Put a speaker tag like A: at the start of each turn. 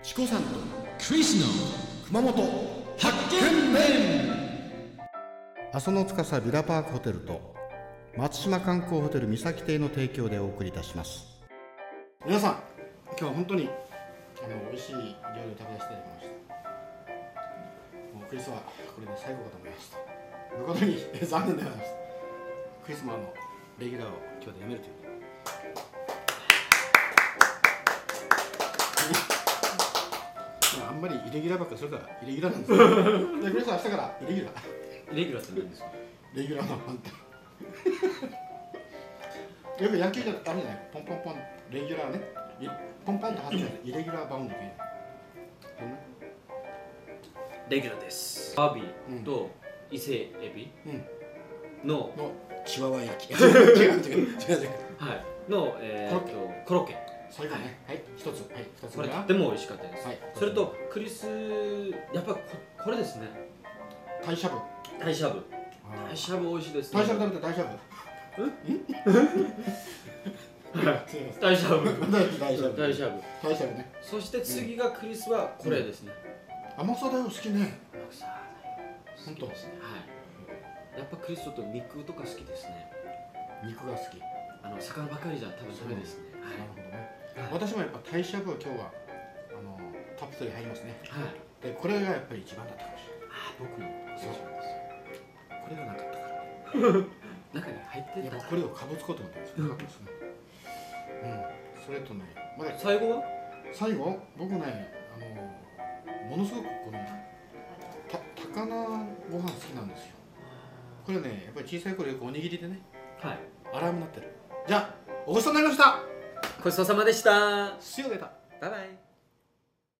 A: チコさんとクリスの熊本発見面阿蘇の司ビラパークホテルと松島観光ホテル三崎邸の提供でお送りいたします皆さん今日は本当にあの美味しい料理を食べさせていただきましたもうクリスはこれで最後かと思いました誠に 残念でございますクリスマンのレギュラーを今日でやめるというまああんまりイレギュラーばっかりするからイレギュラーなんで すよでクリスは明日からイレギュラー
B: レギュラーって何ですか
A: レギュラーの判定よく野球じゃダメじゃないポンポンポンレギュラーねいポンポンと外れるイレギュラーバウンドっていうそんな
B: レギュラーですアワビと伊勢エビの、
A: のチワワ 焼き違う違う違う違う
B: はいの、えー、とコロッケ
A: 最後ねはい一つはい二つ
B: こ
A: 目
B: れと
A: が
B: っても美味しかったです、
A: はい
B: それとクリスやっぱここれですね
A: 大しゃぶ
B: 大しゃぶ大しゃぶ美味しいですね
A: 大しゃぶ食べて大しゃぶ
B: はい
A: すいません
B: 大しゃぶ
A: 大しゃぶ
B: 大しゃぶ
A: 大しゃぶね
B: そして次がクリスはこれですね、
A: 甘さだよ好きね
B: さあ
A: 本当
B: ですねはいやっぱクリスちょっと肉とか好きですね
A: 肉が好き
B: あの魚ばかりじゃ多分ダメですね
A: なるほどね
B: はいはい、
A: 私もやっぱ大しゃぶは今日はあのたっぷり入りますね
B: はい、
A: でこれがやっぱり一番だったかもしれ
B: あ僕もそう
A: そう
B: なんで
A: ないこ
B: すよ
A: れがなかったから
B: 中に入って
A: や
B: た
A: っぱこれをかぶつことができますね。うん、それとね、まだ
B: 最後は
A: 最後、僕ね、あのものすごくこのた高菜ご飯好きなんですよ。これね、やっぱり小さい頃よくおにぎりでね、
B: はい
A: アラームなってる。じゃあ、おごちそうになりました。
B: ごちそうさまでした
A: すよ出た。
B: バイバイ